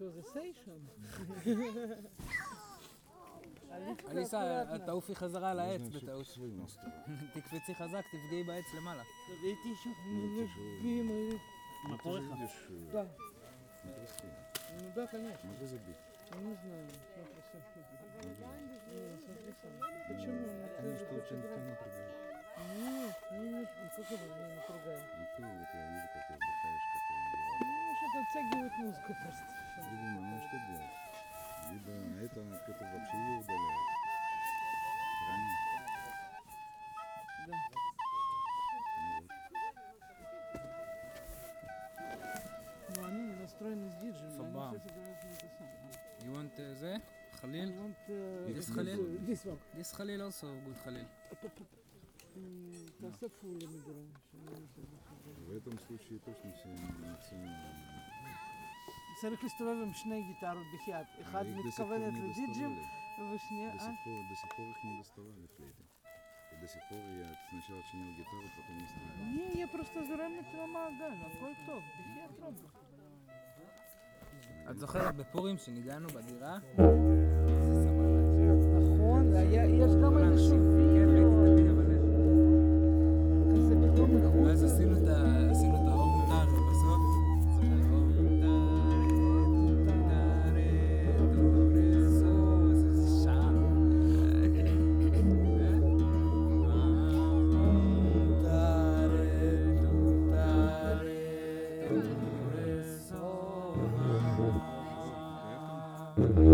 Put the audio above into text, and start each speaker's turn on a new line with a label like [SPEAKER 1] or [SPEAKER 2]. [SPEAKER 1] To the station.
[SPEAKER 2] אליסה, תעופי חזרה
[SPEAKER 3] Я
[SPEAKER 2] לעץ
[SPEAKER 3] знаю, что
[SPEAKER 2] בטעות.
[SPEAKER 3] свой настрой.
[SPEAKER 2] תקפצי חזק, תפגעי בעץ למעלה.
[SPEAKER 1] Видите, еще любимый.
[SPEAKER 3] Ну, ты же видишь, э,
[SPEAKER 1] Да.
[SPEAKER 3] не прости.
[SPEAKER 1] Ну да, конечно.
[SPEAKER 3] Могу забить.
[SPEAKER 1] Ну, не знаю. Смотри сам. Не, смотри сам. Почему он
[SPEAKER 3] Ну, Потому что
[SPEAKER 1] напрягает?
[SPEAKER 3] очень никто не напрягает.
[SPEAKER 1] Нет, нет, никакого не напрягает.
[SPEAKER 3] Ну, ты вот я вижу, как ты отдыхаешь, как ты
[SPEAKER 1] Ну, что-то оттягивает музыку просто.
[SPEAKER 3] Придумай, ну что делать? Либо это, это вообще ее удаляет. Правильно?
[SPEAKER 1] Да.
[SPEAKER 3] Ну вот.
[SPEAKER 1] Но Ну, они не настроены с диджами.
[SPEAKER 2] Собака.
[SPEAKER 1] Они все играют на это самое.
[SPEAKER 2] You want uh, זה? חליל?
[SPEAKER 1] They want, uh,
[SPEAKER 2] This
[SPEAKER 1] this-
[SPEAKER 2] Khalil?
[SPEAKER 1] this one.
[SPEAKER 2] This חליל also good חליל.
[SPEAKER 1] М, Касафули мы берем. Что они это делают.
[SPEAKER 3] В этом случае точно все эмоционально.
[SPEAKER 1] צריך להסתובב עם שני גיטרות בחייאת. אחד
[SPEAKER 3] А Их до сих пор
[SPEAKER 1] מתכוונת
[SPEAKER 3] не
[SPEAKER 1] לדיג'ים
[SPEAKER 3] доставали.
[SPEAKER 1] ושנייה...
[SPEAKER 3] До
[SPEAKER 1] אה?
[SPEAKER 3] сих, пор, до сих пор их не доставали флейты. И до сих пор я сначала чинил гитару, потом настраивал.
[SPEAKER 1] Не, я просто זורמת עם המעגל, הכל טוב, בחייאת רבו.
[SPEAKER 2] את זוכרת בפורים שניגענו בדירה?
[SPEAKER 1] נכון, היה- יש גם איזשהו וידאו כזה פתאום איכות.
[SPEAKER 2] ואז עשינו את ה- עשינו את האור מותר בסוף. זוכרת, "אור מותר, מותר, אור אסור", זה- זה שעה. אה? "מותר, מותר, אור אסור".
[SPEAKER 3] Поэтому
[SPEAKER 1] Ну,